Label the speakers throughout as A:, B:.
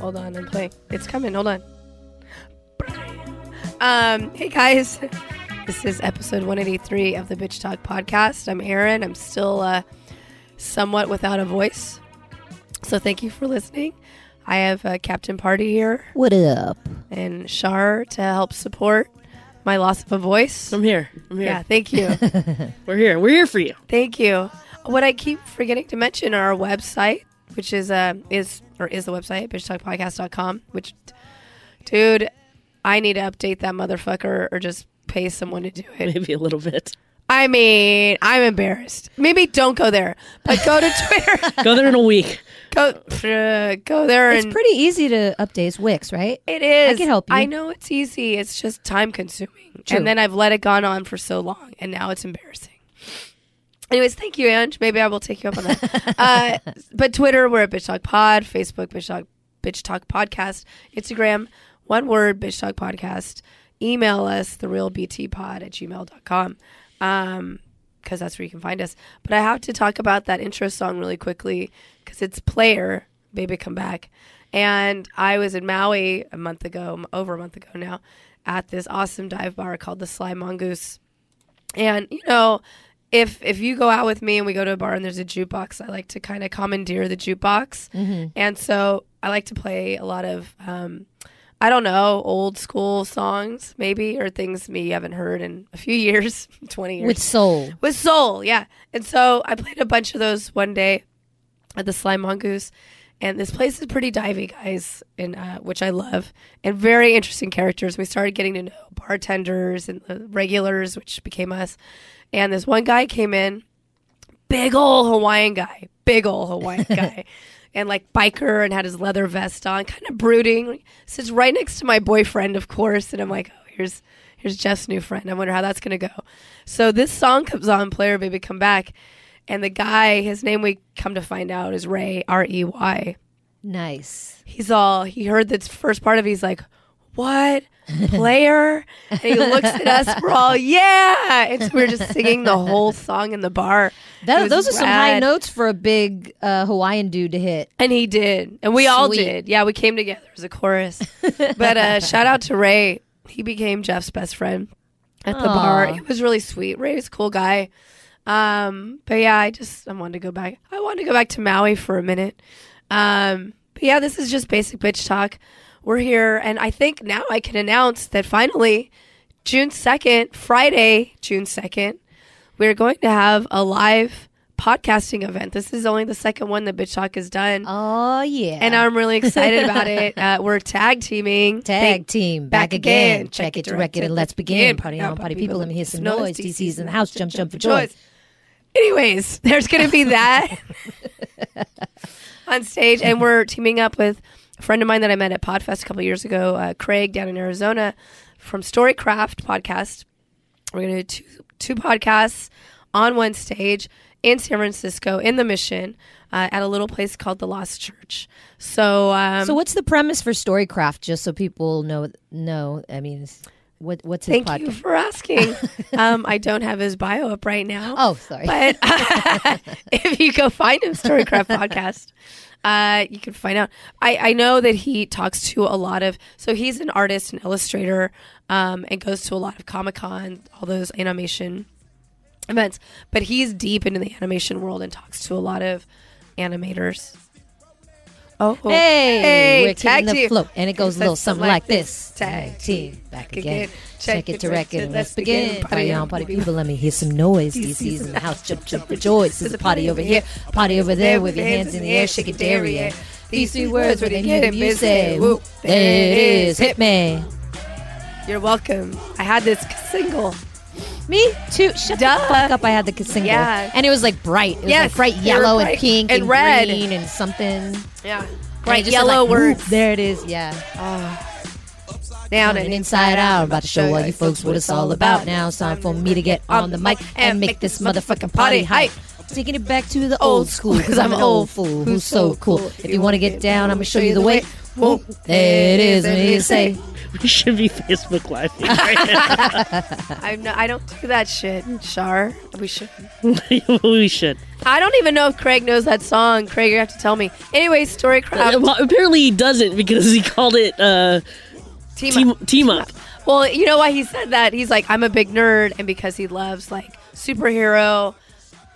A: Hold on, I'm playing. It's coming. Hold on. Um, hey guys, this is episode 183 of the Bitch Talk podcast. I'm Aaron. I'm still uh, somewhat without a voice, so thank you for listening. I have uh, Captain Party here
B: What up?
A: and Shar to help support my loss of a voice.
C: I'm here. I'm here.
A: Yeah, thank you.
C: We're here. We're here for you.
A: Thank you. What I keep forgetting to mention are our website, which is uh, is or is the website bitchtalkpodcast.com, which dude, I need to update that motherfucker or just pay someone to do it.
C: Maybe a little bit.
A: I mean, I'm embarrassed. Maybe don't go there, but go to Twitter.
C: Go there in a week.
A: go uh, go there
B: It's
A: and
B: pretty easy to update It's Wix, right?
A: it is.
B: I can help you.
A: I know it's easy. It's just time consuming.
B: True.
A: And then I've let it gone on for so long and now it's embarrassing. Anyways, thank you, Ange. Maybe I will take you up on that. uh, but Twitter, we're at Bitch Talk Pod. Facebook, Bitch Talk, Bitch Talk Podcast. Instagram, one word, Bitch Talk Podcast. Email us, therealbtpod at gmail.com. Um, because that's where you can find us. But I have to talk about that intro song really quickly because it's Player, Baby Come Back. And I was in Maui a month ago, over a month ago now, at this awesome dive bar called the Sly Mongoose. And you know, if if you go out with me and we go to a bar and there's a jukebox, I like to kind of commandeer the jukebox. And so I like to play a lot of um, I don't know old school songs, maybe or things me haven't heard in a few years, twenty years
B: With soul.
A: with soul yeah and so i played a bunch of those one day at the slime mongoose and this place is pretty divey guys and uh, which i love and very interesting characters we started getting to know bartenders and the regulars which became us and this one guy came in big ol' hawaiian guy big ol' hawaiian guy and like biker and had his leather vest on kind of brooding sits right next to my boyfriend of course and i'm like oh here's here's Jeff's new friend. I wonder how that's gonna go. So this song comes on, Player Baby Come Back, and the guy, his name we come to find out is Ray R E Y.
B: Nice.
A: He's all he heard this first part of it, he's like, What? Player? and he looks at us, we're all, yeah. And so we're just singing the whole song in the bar. It
B: That,
A: was
B: those are some high
A: rad.
B: notes for a big uh, Hawaiian dude to hit.
A: And he did. And we all
B: Sweet.
A: did. Yeah, we came together as a chorus. but uh, shout out to Ray. He became Jeff's best friend at the
B: Aw.
A: bar. It was really sweet. Ray's a cool guy. Um, but yeah, I just I wanted to go back. I wanted to go back to Maui for a minute. Um, but yeah, this is just basic bitch talk. We're here and I think now I can announce that finally June 2nd, Friday, June 2nd, we're going to have a live podcasting event. This is only the second one that Bitch Talk has done.
B: Oh, yeah.
A: And I'm really excited about it. Uh, we're tag teaming.
B: Tag team back,
A: back
B: again.
A: again.
B: Check it,
A: Check it,
B: direct it, and let's begin. Party on, party people. Let me hear some noise. DC's in the house. Jump, jump for joy.
A: Anyways, there's going to be that on stage. And we're teaming up with a friend of mine that I met at PodFest a couple years ago, uh, Craig down in Arizona from Storycraft Podcast. We're going to do two, two podcasts on one stage in San Francisco in the Mission uh, at a little place called the Lost Church. So, um,
B: So, what's the premise for Storycraft? Just so people know. Know. I mean, it's- what what's his
A: Thank
B: podcast?
A: you for asking. um, I don't have his bio up right now.
B: Oh, sorry.
A: But if you go find him, Storycraft Podcast, uh, you can find out. I, I know that he talks to a lot of, so he's an artist and illustrator um, and goes to a lot of Comic Con, all those animation events. But he's deep into the animation world and talks to a lot of animators. Oh,
B: Hey, we're
A: tag
B: taking the
A: team.
B: flow, and it goes a little
A: Says
B: something like this.
A: Tag team,
B: back again. Check it to
A: direct
B: record. Let's begin. Party on, party people. Let me hear some noise. DC's in the house. Jump, jump, rejoice. There's a party over here, a party over there. With your hands in the air, shake it, derriere. These three words were the new music. Whoop, there it is. Hit me.
A: You're welcome. I had this single.
B: Me too. Shut
A: Duh.
B: the fuck up. I had the single,
A: Yeah.
B: and it was like bright. It was
A: Yes,
B: like bright
A: they were
B: yellow
A: bright
B: and pink
A: and
B: and,
A: red.
B: green and something.
A: Yeah.
B: And it
A: Bright
B: just said,
A: yellow
B: like, whoop,
A: words.
B: There it is. Yeah.
A: Down
B: and inside out. About to show all you folks what it's all about. Now it's time for me to get on the mic and make this motherfucking party hype. Taking it back to the old school, cause I'm an old fool who's so cool. If you wanna get down, I'ma show you the way.
A: whoop.
B: It is me say.
C: We should be Facebook Live right
A: I'm not, I don't do that shit, Shar. We should.
C: now. we should.
A: I don't even know if Craig knows that song. Craig, you have to tell me. Anyway, story crap.
C: Uh, well, apparently he doesn't because he called it uh,
A: team,
C: team,
A: up.
C: team Up.
A: Well, you know why he said that? He's like, I'm a big nerd, and because he loves like superhero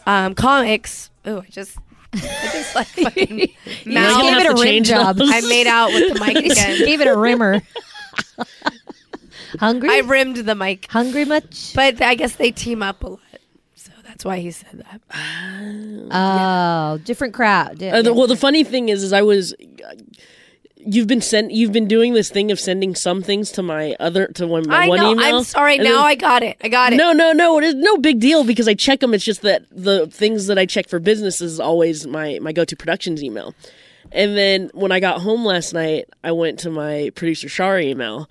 A: um, comics. Ooh, I just, I just like fucking
C: We're
B: gave
C: gonna
A: mouth.
B: it
C: have
B: a
C: to
B: rim
C: change
B: job.
C: those.
A: I made out with the mic again.
B: Gave it a rimmer. Hungry?
A: I rimmed the mic,
B: Hungry much?
A: but I guess they team up a lot. So that's why he said that.
B: Oh, different crowd. Di-
C: Uh, the- well, the funny thing is, is I was. You've been sent. You've been doing this thing of sending some things to my other to one my
A: I
C: one
A: know.
C: email.
A: I'm sorry.
C: and
A: Now
C: then-
A: I got it. I got it.
C: No, no, no. It is no big deal because I check them. It's just that the things that I check for business is always my my go to productions email. And then when I got home last night, I went to my producer Shari email,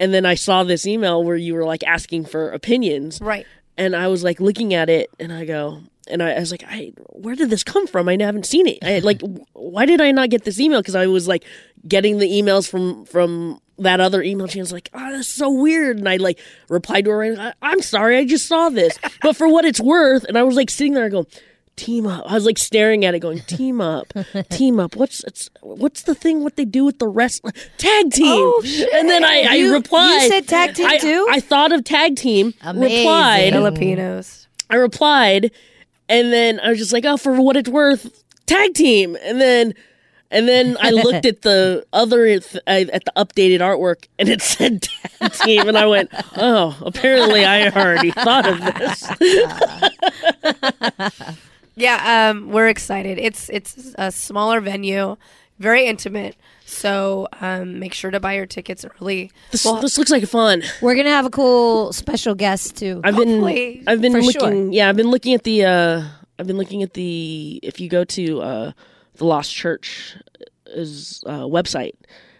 C: and then I saw this email where you were like asking for opinions,
A: Right.
C: and I was like looking at it, and I go, and I, I was like, I where did this come from? I haven't seen it. I like, w- why did I not get this email? Because I was like getting the emails from from that other email chain. I was like, oh, that's so weird. And I like replied to her, and I, I'm sorry, I just saw this, but for what it's worth, and I was like sitting there, I go. Team up. I was like staring at it, going, "Team up, team up." What's it's, what's the thing? What they do with the rest? Tag team.
B: Oh, shit.
C: And then I,
B: You-
C: I
B: you
C: replied.
B: said tag team
C: I-
B: too?
C: I thought of tag team.
B: Amazing.
C: Replied.
A: Filipinos.
C: I replied, and then I was just like, "Oh, for what it's worth, tag team." And then, and then I looked at the other th- I- at the updated artwork, and it said tag team, and I went, "Oh, apparently I already thought of this."
A: Yeah, um, we're excited. It's it's a smaller venue, very intimate. So um, make sure to buy your tickets early.
C: This,
A: Well,
C: this looks like fun.
B: We're going to have a cool special guest, too.
C: I've
A: Hopefully,
C: been I've been
B: for
C: looking.
B: sure.
C: Yeah, I've been looking at the uh, I've been looking at the if you go to uh, the Lost Church is uh, website.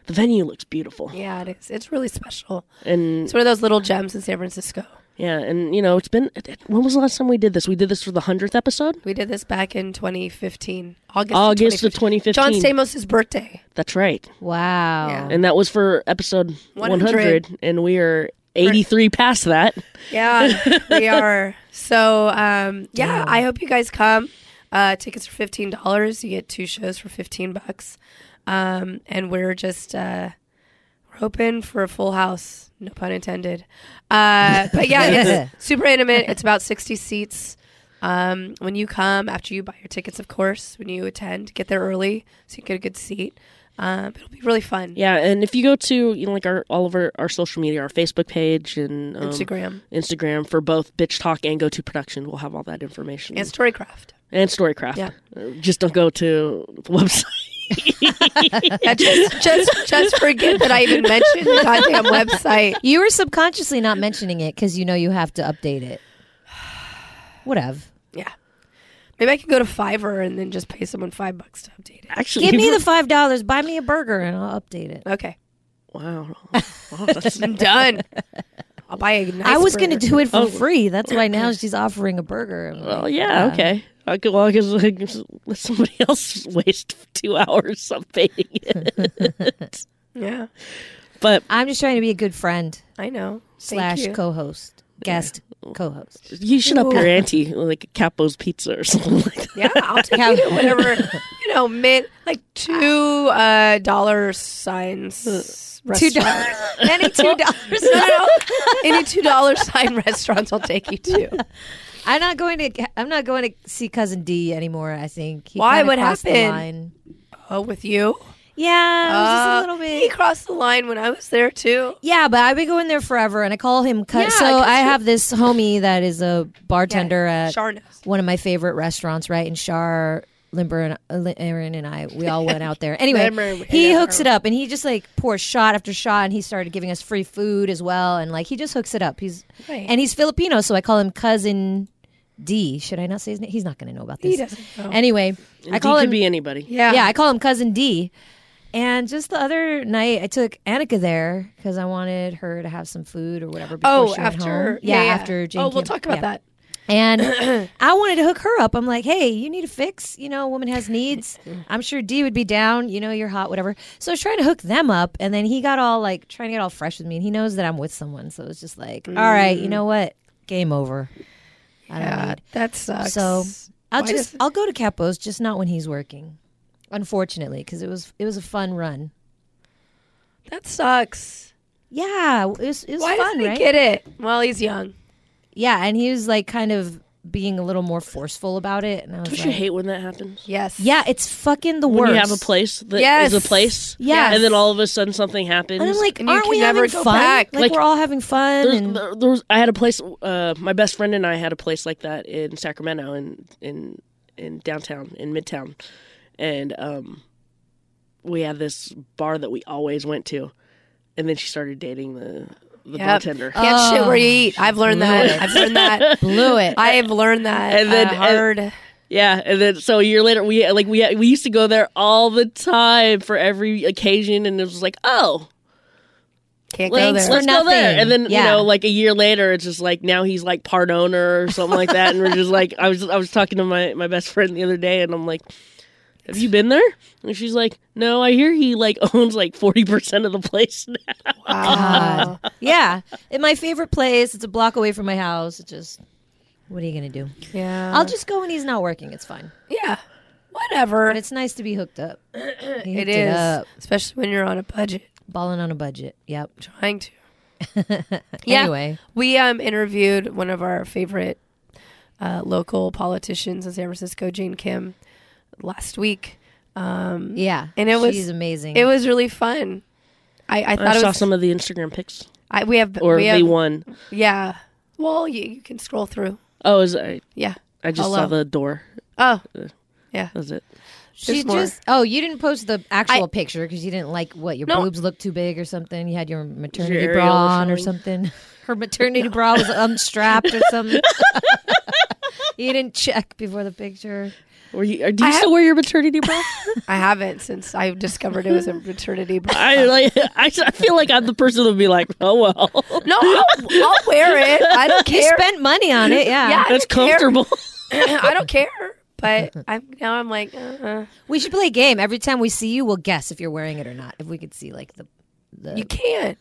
C: The venue looks beautiful,
A: yeah, it is. It's really special.
C: and
A: It's one of those little gems in San Francisco.
C: Yeah, and you know, it's been it- it- when was the last time we did this? We did this for the hundredth episode,
A: We did this back in 2015, August. of
C: August of
A: 2015.
C: twenty fifteen.
A: John Stamos' birthday.
C: That's right,
B: Wow.
A: Yeah.
C: and that was for episode one
A: 100.
C: hundred, and we are eighty three past that.
A: Yeah, we are. So um, yeah, I hope you guys come. Uh, tickets are fifteen dollars. You get two shows for fifteen bucks, um, and we're just uh, we're hoping for a full house. No pun intended. Uh, but yeah, it's super intimate. It's about sixty seats. Um, when you come, after you buy your tickets, of course, when you attend, get there early so you can get a good seat. Um, it'll be really fun.
C: Yeah, and if you go to you know, like our all of our, our social media, our Facebook page and um,
A: Instagram
C: Instagram for both Bitch Talk and Go To Production, we'll have all that information
A: and Storycraft.
C: and Storycraft.
A: Yeah.
C: Uh, Just don't go to the website.
A: Yeah, just, just, just forget that I even mentioned the goddamn website.
B: You were subconsciously not mentioning it because you know you have to update it. Whatever.
A: Yeah. Maybe I could go to Fiverr and then just pay someone five bucks to update it.
C: Actually,
B: Give me
C: you-
B: the five dollars, buy me a burger, and I'll update it.
A: Okay.
C: wow. Wow, that's-
A: I'm done. I'll buy a nice
B: I was
A: burger. Oh.
B: going to do it for free. That's why now she's offering a burger. I'm
C: Well,
B: like,
C: yeah,
B: uh,
C: okay. I could, well, because let somebody else waste two hours updating it.
A: Yeah,
C: But
B: I'm just trying to be a good friend
A: I know. Thank
B: slash
A: you.
B: co-host, guest co-host.
C: you should up your ante, like Capo's Pizza or something like that.
A: yeah, I'll take you to whatever, you know, mint, like two uh, dollar signs.
B: Two
A: restaurant.
B: dollars, any two dollars.
A: No, no, no. Any two dollar sign restaurants, I'll take you to.
B: I'm not going to. I'm not going to see cousin D anymore. I think. He
A: Why?
B: kinda
A: What
B: crossed the
A: happened?
B: line.
A: Oh, with you?
B: Yeah, it was
A: Uh,
B: just a little bit.
A: He crossed the line when I was there too.
B: Yeah, but I've been going there forever, and I call him. Cu-
A: Yeah,
B: so
A: 'cause
B: I
A: you-
B: have this homie that is a bartender at
A: Sharnos.
B: one of my favorite restaurants, right? And Shar Limber and uh, Lin- Aaron and I, we all went out there.
A: Limber
B: Anyway,
A: and
B: he
A: Aaron.
B: hooks it up, and he just like pours shot after shot, and he started giving us free food as well, and like he just hooks it up. He's
A: Right.
B: and he's Filipino, so I call him cousin. D, should I not say his name? He's not going to know about this.
A: He doesn't know.
B: Anyway, I
C: It
B: call
C: could
B: him
C: be anybody.
A: Yeah.
B: yeah, I call him Cousin D. And just the other night, I took Annika there because I wanted her to have some food or whatever. Before
A: Oh,
B: she went
A: after
B: home. yeah, after Jane.
A: Oh, we'll
B: came-
A: talk about
B: yeah.
A: that.
B: And I wanted to hook her up. I'm like, hey, you need a fix. You know, a woman has needs. I'm sure D would be down. You know, you're hot, whatever. So I was trying to hook them up. And then he got all like trying to get all fresh with me. And he knows that I'm with someone. So it was just like, all right, you know what? Game over. I don't
A: Mm. Yeah,
B: need.
A: that sucks.
B: So I'll
A: Why
B: just
A: does-
B: I'll go to Capo's, just not when he's working. Unfortunately, because it was it was a fun run.
A: that sucks.
B: Yeah, it was, it was
A: Why
B: fun,
A: doesn't he
B: right?
A: get it while he's young?
B: yeah, and he was like kind of being a little more forceful about it, and I was
C: Don't you
B: like,
C: hate when that happens?
A: Yes.
B: yeah, it's fucking the
C: When
B: worst.
C: you have a place that is
A: Yes.
C: a place,
B: Yes.
C: and then all of a sudden something happens.
B: and I'm like,
A: And you
B: aren't
A: can
B: we
A: never
B: having
A: go
B: fun?
A: back.
B: Like,
C: Like,
B: we're all having fun,
C: There's-
B: and
C: there, there was, I had a place. Uh, my best friend and I had a place like that in Sacramento, in in in downtown, in Midtown, and um, we had this bar that we always went to, and then she started dating the the
A: Yep.
C: bartender.
A: Can't
B: Oh,
A: shit where you eat. I've learned that. I've learned that.
B: blew it.
A: I have learned that.
C: And then-
A: uh, hard.
C: Yeah, and then so a year later, we like we we used to go there all the time for every occasion, and it was like, oh,
A: Can't go there.
B: Thanks for
C: let's go there.
B: nothing.
C: And then
B: Yeah.
C: you know, like a year later, it's just like now he's like part owner or something like that, and we're just like, I was I was talking to my my best friend the other day, and I'm like. Have you been there? And she's like, "No, I hear he like owns like forty percent of the place now."
A: Wow.
B: yeah, in my favorite place, it's a block away from my house. It just, what are you gonna do?
A: Yeah.
B: I'll just go when he's not working. It's fine,
A: yeah. Whatever.
B: but it's nice to be hooked up. He hooked
A: It
B: It
A: is.
B: up.
A: especially when you're on a budget.
B: balling on a budget. Yep.
A: Trying to. Yeah.
B: Anyway,
A: We um, interviewed one of our favorite uh, local politicians in San Francisco, Jane Kim, last week. Um,
B: yeah,
A: And it was-
B: she's amazing.
A: It was really fun. I, I thought
C: I
A: it
C: saw
A: was.
C: some of the Instagram pics,
A: I, we have.
C: or
A: we
C: they
A: have
C: won.
A: yeah. Well, you, you can scroll through.
C: Oh, is I,
A: Yeah.
C: I just saw
A: Hello.
C: the door.
A: Oh,
C: That was it.
B: she
A: there's more.
B: just oh you didn't post the actual
A: I-
B: picture because you didn't like what your
A: No.
B: boobs looked too big or something. You had your maternity
C: areola
B: bra on or
C: showing.
B: something. Her maternity bra was unstrapped or something. you didn't check before the picture.
C: Were you? Or do you
A: I
C: still
A: have-
C: wear your maternity bra?
A: I haven't since I discovered it was a maternity. bra.
C: I like. I, s- I feel like I'm the person that'll be like, "Oh well,
A: No, I'll, I'll wear it. I don't
B: You
A: care.
B: spent money on it, yeah.
A: Yeah. I
C: that's
A: don't care.
C: comfortable."
A: I don't care. But I'm now I'm like, uh-uh.
B: We should play a game. Every time we see you, we'll guess if you're wearing it or not. If we could see like the the
A: you can't.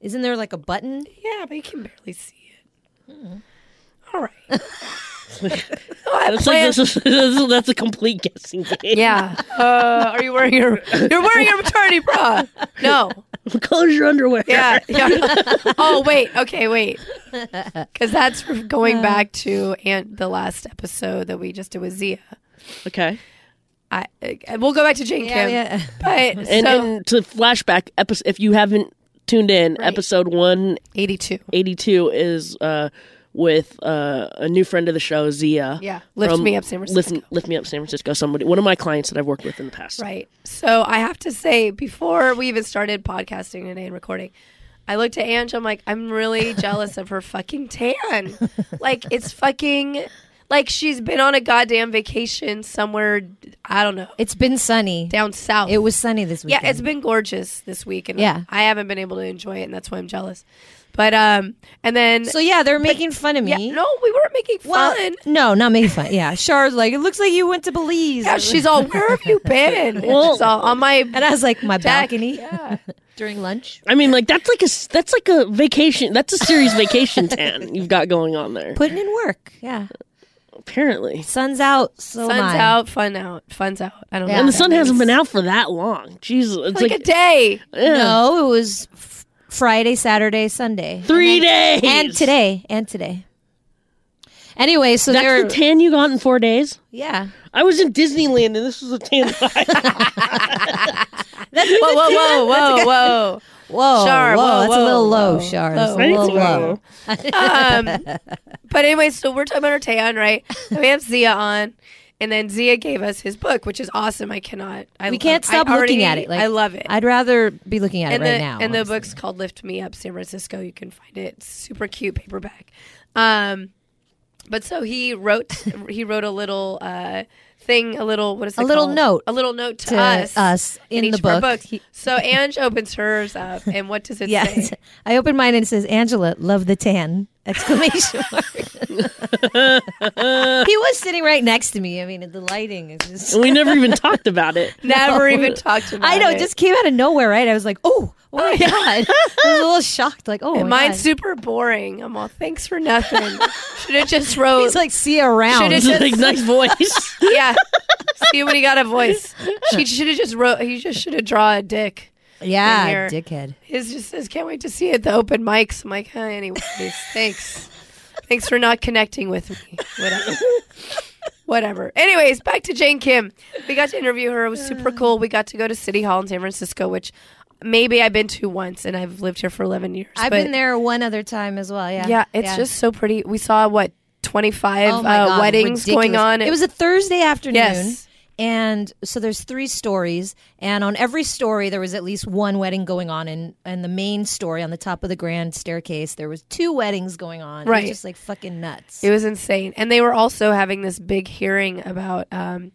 B: isn't there like a button?
A: Yeah, but you can barely see it. All right. No, I
C: That's
A: plan-
C: like this is, this is- that's a complete guessing game.
A: yeah. Uh, are you wearing your? You're wearing your maternity bra. No.
C: What color is your underwear?
A: Yeah. yeah. Oh wait. Okay. Wait. Because that's going back to and the last episode that we just did with Zia.
C: Okay.
A: I, uh, we'll go back to Jane Kim.
B: yeah.
A: But
C: And,
A: so
C: and to flashback, episode, if you haven't tuned in, episode 182
A: 82.
C: is uh, with uh, a new friend of the show, Zia.
A: Yeah. Lift
C: from
A: me up, San Francisco.
C: Lift, lift me up, San Francisco. Somebody, one of my clients that I've worked with in the past.
A: Right. So I have to say, before we even started podcasting today and recording, I looked at Ange. I'm like, I'm really jealous of her fucking tan. Like, it's fucking, like, she's been on a goddamn vacation somewhere, I don't know,
B: It's been sunny.
A: down south.
B: It was sunny this
A: yeah,
B: weekend.
A: it's been gorgeous this week. And
B: Yeah.
A: I haven't been able to enjoy it, and that's why I'm jealous. But, um, and then,
B: so yeah, they're making fun of me.
A: yeah, no, we weren't making
B: Well,
A: fun.
B: no, not making fun. Yeah, Char's like, it looks like you went to Belize.
A: yeah, she's all, where have you been?
C: Well-
A: She's all, on my
B: and I was like, my
A: deck.
B: balcony
A: Yeah.
B: during lunch.
C: I mean, like that's like a s- that's like a vacation. That's a serious vacation tan you've got going on there.
B: Putting in work. Yeah,
C: Apparently,
B: sun's out. So am
A: Sun's
B: I.
A: out, fun out, fun's out. I don't know. what
B: Yeah.
C: and the
A: that
C: sun hasn't
A: means.
C: been out for that long. Jesus, it's
A: like,
C: like,
A: a day.
C: yeah,
B: No, it was f- Friday, Saturday, Sunday,
C: three days.
B: and today, and today. Anyway, so
C: That's
B: they're
C: the tan you got in four days.
B: yeah.
C: I was in Disneyland and this was a tan. that I
A: Whoa, whoa, whoa, whoa, whoa.
B: Whoa,
A: Char,
B: whoa,
A: whoa,
B: that's a
A: whoa,
B: little low,
A: whoa, low.
B: Char. That's a
A: I
C: need
B: little
C: to go.
B: low.
A: Um, but anyway, so we're talking about our tan, right? And we have Zia on, and then Zia gave us his book, which is awesome. I cannot. I
B: We can't
A: I
B: stop
A: already-
B: looking at it. Like,
A: I love it.
B: I'd rather be looking at
A: and
B: it right
A: the,
B: now.
A: And the
B: honestly.
A: book's called Lift Me Up San Francisco. You can find it. It's super cute paperback. Um, but so he wrote he wrote a little uh, thing, a little what is it
B: A little
A: called?
B: note
A: A little note to,
B: to
A: us.
B: us in
A: each
B: the
A: of our
B: book.
A: books.
B: He-
A: so Ange opens hers up and what does it
B: Yes,
A: say?
B: I opened mine and it says Angela, love the tan. Exclamation mark. he was sitting right next to me. I mean, the lighting is just.
C: And we never even talked about it.
A: Never even talked about
B: I know,
A: it.
B: it just came out of nowhere, right? I was like, oh, oh my God. I was a little shocked. Like, oh, my
A: Mine's
B: God.
A: super boring. I'm all thanks for nothing. Should have just wrote.
B: He's like, see you around.
A: Should've
C: It's like nice voice.
A: yeah. See when he got a voice. She should have just wrote. He just should have drawn a dick.
B: yeah,
A: here.
B: dickhead.
A: His just says, "Can't wait to see you at the open mics." I'm like, huh, anyways, thanks, thanks for not connecting with me. Whatever. Whatever. Anyways, back to Jane Kim. We got to interview her. It was super cool. We got to go to City Hall in San Francisco, which maybe I've been to once, and I've lived here for 11 years.
B: I've
A: but-
B: been there one other time as well. Yeah.
A: Yeah, it's just so pretty. We saw what 25
B: Oh my
A: uh,
B: God,
A: weddings going
B: ridiculous.
A: on.
B: It was a Thursday afternoon.
A: Yes.
B: And so there's three stories, and on every story there was at least one wedding going on, and and the main story on the top of the grand staircase there was two weddings going on. it
A: Right.
B: was just like fucking nuts.
A: It was insane. And they were also having this big hearing about, um,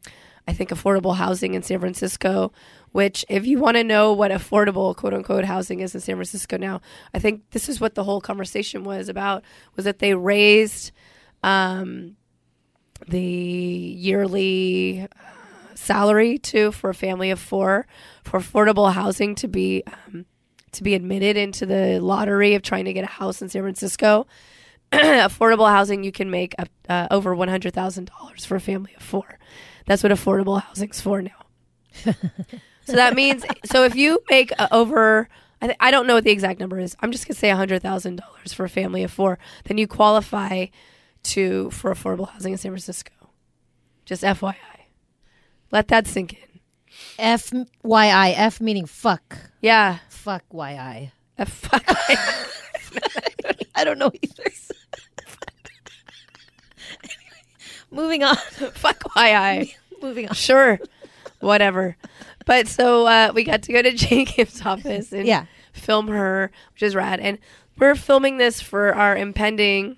A: I think, affordable housing in San Francisco, which, if you want to know what affordable, quote unquote, housing is in San Francisco now, I think this is what the whole conversation was about, was that they raised um, the yearly uh, salary to for a family of four for affordable housing to be um, to be admitted into the lottery of trying to get a house in San Francisco. affordable housing you can make up uh, over one hundred thousand dollars for a family of four. That's what affordable housing's for now. so that means so if you make uh, over. I, th- I don't know what the exact number is. I'm just gonna say hundred thousand dollars for a family of four. Then you qualify to for affordable housing in San Francisco. Just FYI, let that sink in.
B: F Y I F meaning fuck,
A: Yeah,
B: fuck Y I.
A: F- fuck.
B: I don't know either. Anyway, moving on.
A: fuck YI.
B: moving on.
A: Sure, whatever. But so uh, we got to go to Jane Kim's office and
B: Yeah.
A: film her, which is rad. And we're filming this for our impending,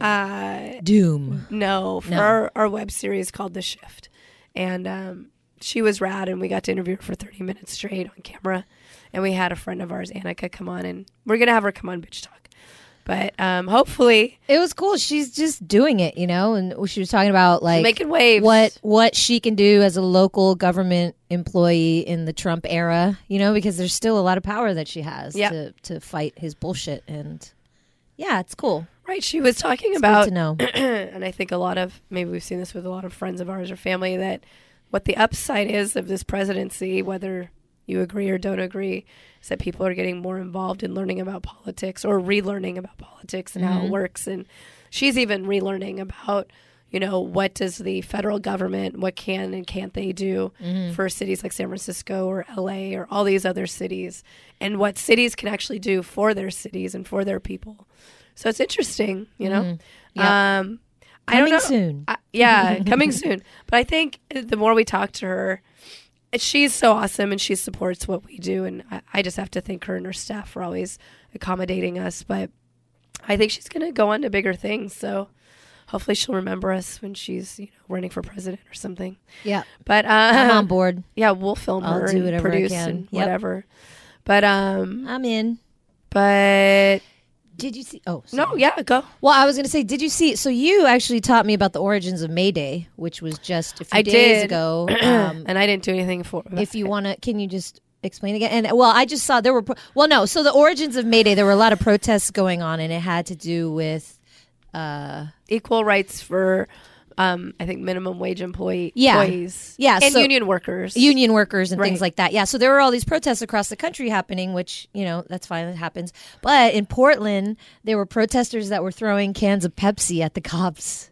A: uh,
B: Doom.
A: no, for
B: No.
A: Our, our web series called The Shift. And um, she was rad, and we got to interview her for 30 minutes straight on camera. And we had a friend of ours, Annika, come on, and we're going to have her come on Bitch Talk. But um, hopefully,
B: It was cool. She's just doing it, you know, and she was talking about like
A: making waves.
B: What what she can do as a local government employee in the Trump era, you know, because there's still a lot of power that she has
A: Yeah.
B: to to fight his bullshit and yeah, it's cool.
A: right, she was talking
B: It's
A: about
B: good to know.
A: and I think a lot of maybe we've seen this with a lot of friends of ours or family that what the upside is of this presidency, whether you agree or don't agree, is that people are getting more involved in learning about politics or relearning about politics and how it works. And she's even relearning about, you know, what does the federal government, what can and can't they do for cities like San Francisco or LA or all these other cities, and what cities can actually do for their cities and for their people. So it's interesting, you know.
B: Mm-hmm. Yeah.
A: Um, I don't
B: Coming
A: know.
B: soon.
A: I- yeah, coming soon. But I think the more we talk to her, she's so awesome and she supports what we do. And I, I just have to thank her and her staff for always accommodating us. But I think she's going to go on to bigger things. So hopefully she'll remember us when she's you know running for president or something.
B: yeah.
A: But uh,
B: I'm on board.
A: yeah, we'll film
B: Uh-huh. I'll
A: her
B: do
A: and
B: whatever I
A: produce
B: can.
A: and
B: Yep.
A: whatever. But um,
B: I'm in.
A: but
B: Did you see Oh, sorry.
A: no, yeah, go.
B: Well, I was going to say, did you see so you actually taught me about the origins of May Day, which was just a few
A: I
B: days
A: did.
B: ago. Um,
A: And I didn't do anything for
B: if you want to can you just explain again and well i just saw there were pro- well no so the origins of mayday there were a lot of protests going on and it had to do with uh
A: equal rights for um, I think minimum wage employee
B: Yeah.
A: employees.
B: Yeah,
A: And
B: so-
A: union workers.
B: union workers and things
A: Right.
B: like that yeah so there were all these protests across the country happening which you know that's fine it happens but in portland there were protesters that were throwing cans of pepsi at the cops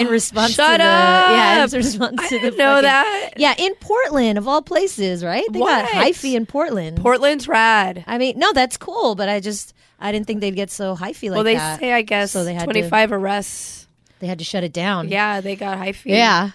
B: in response
A: Shut
B: to the yeah
A: up!
B: in response
A: I
B: to
A: didn't
B: the
A: know
B: fucking-
A: that.
B: yeah in portland of all places right they got
A: What?
B: hyphy in portland
A: Portland's rad.
B: I mean, no, that's cool, but I just I didn't think they'd get so hyphy like
A: well, they
B: that.
A: say I guess
B: So they had to-
A: twenty five arrests.
B: they had to shut it down.
A: Yeah, they got high fees.
B: yeah.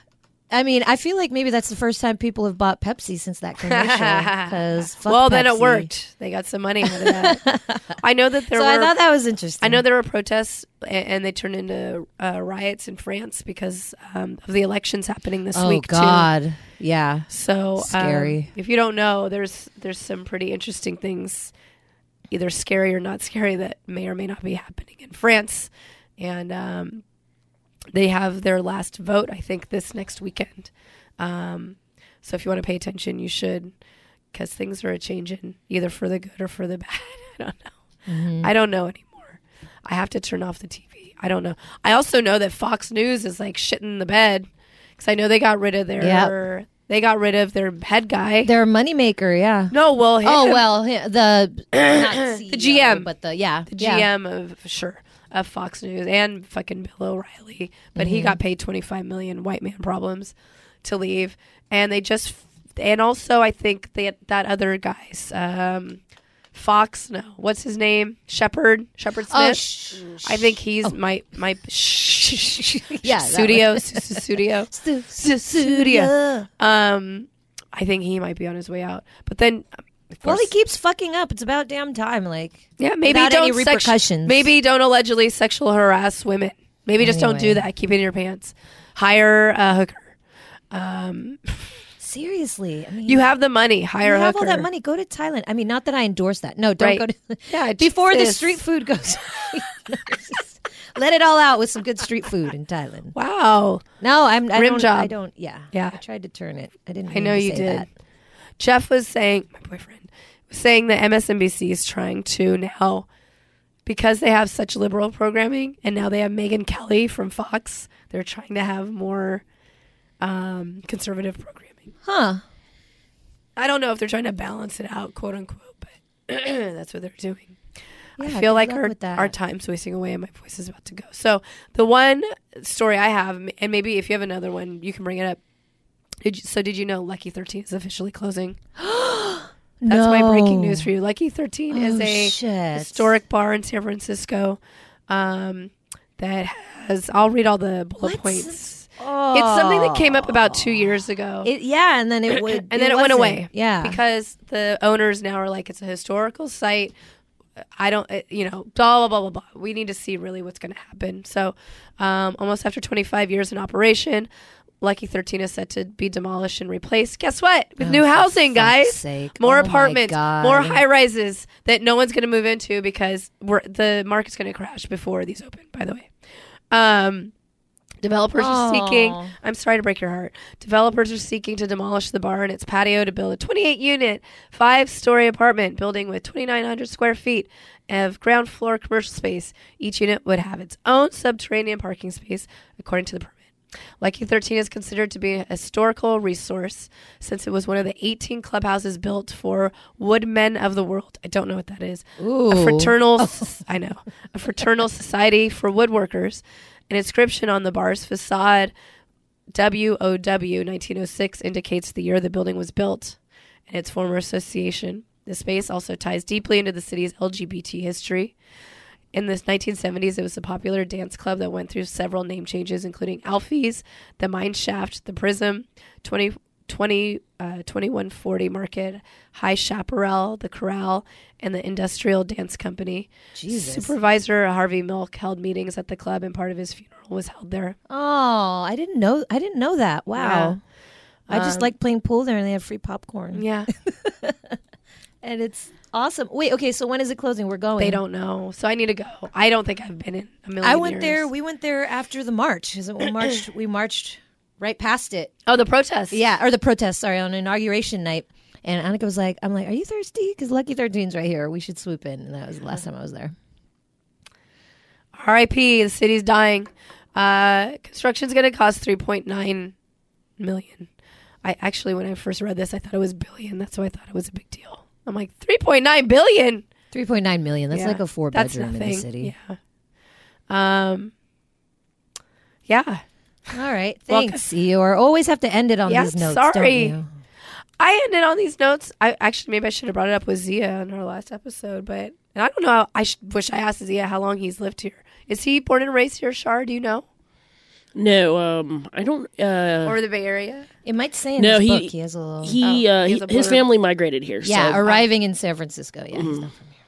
B: I mean, I feel like maybe that's the first time people have bought Pepsi since that commercial. Because
A: Well, then it worked. They got some money out of that. I know that there
B: So
A: were.
B: I thought that was interesting.
A: I know there were protests, a- and they turned into uh, riots in France because um, of the elections happening this
B: Oh
A: week. Too.
B: God, yeah.
A: So um,
B: Scary.
A: if you don't know, there's there's some pretty interesting things either scary or not scary that may or may not be happening in France. And um, they have their last vote, I think, this next weekend. Um, so if you want to pay attention, you should, because things are changing either for the good or for the bad. I don't know. I don't know anymore. I have to turn off the TV. I don't know. I also know that Fox News is like shitting the bed because I know they got rid of their they got rid of their head guy.
B: They're a moneymaker, yeah.
A: no, well, him,
B: Oh well, hi- the not CEO,
A: GM.
B: but the yeah,
A: the
B: yeah.
A: GM of sure of Fox News and fucking Bill O'Reilly, but
B: Mm-hmm.
A: he got paid 25 million white man problems to leave, and they just and also I think that that other guy's um, Fox no what's his name Shepard Shepard Smith.
B: Oh, sh- oh.
A: I think he's my my sh-
B: Yeah, that
A: studio s- s- studio
B: Stu-
A: studio. Um, I think he might be on his way out, but then. Of
B: Well,
A: course,
B: he keeps fucking up. It's about damn time. Like,
A: Yeah, maybe
B: without
A: don't
B: any
A: sex-
B: repercussions.
A: maybe don't allegedly sexual harass women. Maybe just don't do
B: Anyway.
A: that. Keep it in your pants. Hire a hooker. Um,
B: seriously, I mean,
A: you have the money. Hire
B: you
A: a
B: have
A: hooker.
B: all that money. Go to Thailand. I mean, not that I endorse that. No, don't
A: Right.
B: go to.
A: Yeah,
B: before the
A: Jesus.
B: street food goes. Let it all out with some good street food in Thailand.
A: Wow.
B: No, I'm I
A: Rim
B: don't,
A: job.
B: I don't. Yeah,
A: Yeah.
B: I tried to turn it. I didn't.
A: I know
B: mean to
A: you
B: say
A: did.
B: That.
A: Jeff was saying, my boyfriend was saying that MSNBC is trying to now, because they have such liberal programming, and now they have Megan Kelly from Fox. They're trying to have more um, conservative programming.
B: Huh?
A: I don't know if they're trying to balance it out, quote unquote, but that's what they're doing.
B: Yeah,
A: I feel
B: good
A: like
B: luck
A: our
B: with that.
A: our time's wasting away and my voice is about to go. So the one story I have, and maybe if you have another one, you can bring it up. Did you, so did you know Lucky Thirteen is officially closing? That's my breaking news for you. Lucky Thirteen is
B: Oh,
A: a
B: shit.
A: historic bar in San Francisco um, that has. I'll read all the bullet
B: What?
A: points.
B: Oh.
A: It's something that came up about two years ago
B: It, yeah, and then it would.
A: and then it, went
B: wasn't.
A: away.
B: Yeah.
A: because the owners now are like, it's a historical site. I don't, uh, you know, blah blah blah blah blah. We need to see really what's going to happen. So, um, almost after 25 years in operation, Lucky 13 is set to be demolished and replaced. Guess what? With new housing, guys,
B: Oh, sake.
A: more
B: Oh, my
A: apartments, more
B: God.
A: high rises that no one's going to move into because we're, the market's going to crash before these open. By the way, um, Developers are seeking.
B: Aw.
A: I'm sorry to break your heart. Developers are seeking to demolish the bar and its patio to build a 28 unit, five story apartment building with 2,900 square feet of ground floor commercial space. Each unit would have its own subterranean parking space, according to the permit. Lucky 13 is considered to be a historical resource since it was one of the 18 clubhouses built for woodmen of the world. I don't know what that is. A
B: Ooh.
A: fraternal, I know, a fraternal society for woodworkers. An inscription on the bar's facade, WOW 1906, indicates the year the building was built and its former association. The space also ties deeply into the city's LGBT history. In the 1970s, it was a popular dance club that went through several name changes, including Alfie's, the Mine Shaft, the Prism, 20, 20, uh, 2140 Market, High Chaparral, the Corral, and the Industrial Dance Company.
B: Jesus.
A: Supervisor Harvey Milk held meetings at the club, and part of his funeral was held there.
B: Oh, I didn't know. I didn't know that. Wow.
A: Yeah. Um,
B: I just like playing pool there, and they have free popcorn,
A: Yeah,
B: and it's awesome. Wait, okay, so when is it closing? We're going.
A: they don't know, so I need to go. I don't think I've been in a million.
B: I went
A: years.
B: there. We went there after the march. Is it we marched? We marched right past it.
A: oh, the protest.
B: Yeah, or the protest. Sorry, on inauguration night. And Annika was like, "I'm like, are you thirsty? Because Lucky 13's right here. We should swoop in." And that was the last time I was there.
A: R.I.P. The city's dying. Uh, construction's going to cost 3.9 million. I actually, when I first read this, I thought it was billion. That's why I thought it was a big deal. I'm like 3.9 billion.
B: Three point nine million. That's
A: Yeah,
B: like a four
A: that's
B: bedroom in the
A: nothing.
B: city.
A: Yeah. Um. Yeah.
B: All right,
A: Well,
B: thanks. you are always have to end it on
A: Yeah,
B: these notes.
A: sorry.
B: Don't you?
A: I ended on these notes. I actually maybe I should have brought it up with Zia in our last episode, but and I don't know. I sh- wish I asked Zia how long he's lived here. Is he born and raised here, Shar? Do you know,
C: No, um, I don't. Uh,
A: or the Bay Area?
B: It might say in
C: No,
B: this
C: he-
B: book he has a little.
C: he,
A: Oh,
C: uh,
A: he
C: he
A: has a
C: his
A: border-
C: family migrated here.
B: yeah,
C: so.
B: arriving in San Francisco. Yeah,
C: Mm-hmm.
B: he's not from here.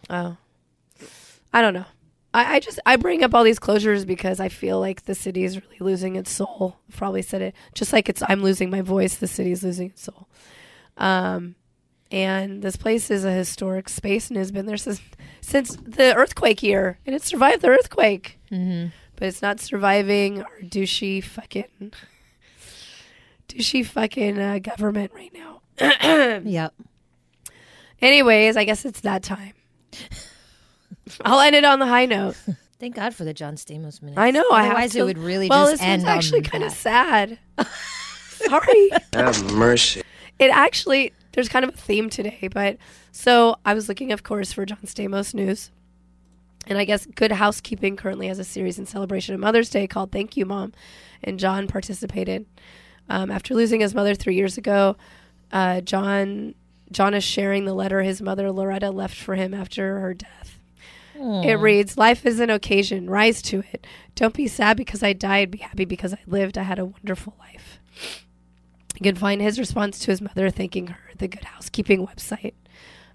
A: Oh, I don't know. I, I just I bring up all these closures because I feel like the city is really losing its soul. I've probably said it just like it's I'm losing my voice. The city's losing its soul. Um, And this place is a historic space and has been there since since the earthquake year, and it survived the earthquake. But it's not surviving our douchey fucking douchey fucking uh, government right now.
B: Yep.
A: Anyways, I guess it's that time. I'll end it on the high note.
B: Thank God for the John Stamos minutes.
A: I know. I have
B: Otherwise,
A: to,
B: it would really
A: well,
B: just
A: this one's
B: end.
A: actually
B: kind of.
A: sad. Sorry.
D: Have mercy.
A: It actually there's kind of a theme today, but so I was looking, of course, for John Stamos news, and I guess Good Housekeeping currently has a series in celebration of Mother's Day called "Thank You, Mom," and John participated um, after losing his mother three years ago. Uh, John John is sharing the letter his mother Loretta left for him after her death. It reads, Life is an occasion. Rise to it. Don't be sad because I died. Be happy because I lived. I had a wonderful life. You can find his response to his mother thanking her at the Good Housekeeping website.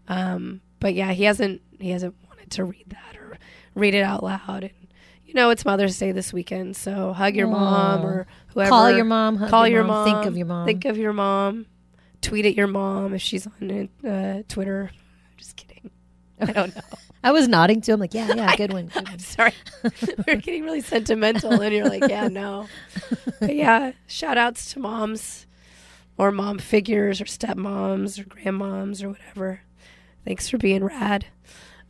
A: Um, but yeah, he hasn't he hasn't wanted to read that or read it out loud. And you know, it's Mother's Day this weekend, so hug your mom or whoever.
B: Call your mom, hug
A: call
B: your
A: your
B: mom,
A: mom.
B: think of your mom.
A: Think of your mom. Tweet at your mom if she's on uh, Twitter. Just kidding. I don't know.
B: I was nodding to him, like, yeah, yeah, good one. Good one.
A: Sorry. We're getting really sentimental and you're like, yeah, no. But yeah, shout outs to moms or mom figures or stepmoms or grandmoms or whatever. Thanks for being rad.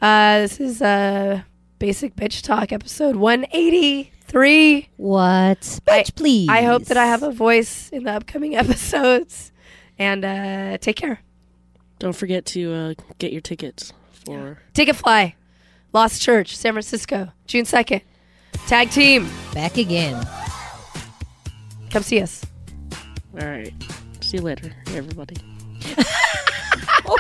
A: Uh, this is uh, Basic Bitch Talk episode 183.
B: What? Bitch, please.
A: I hope that I have a voice in the upcoming episodes. And uh, take care.
C: Don't forget to uh, get your tickets for.
A: Ticket Fly, Lost Church, San Francisco, June 2nd. Tag team,
B: Back again.
A: come see us.
C: All right. See you later, everybody.
B: Oh,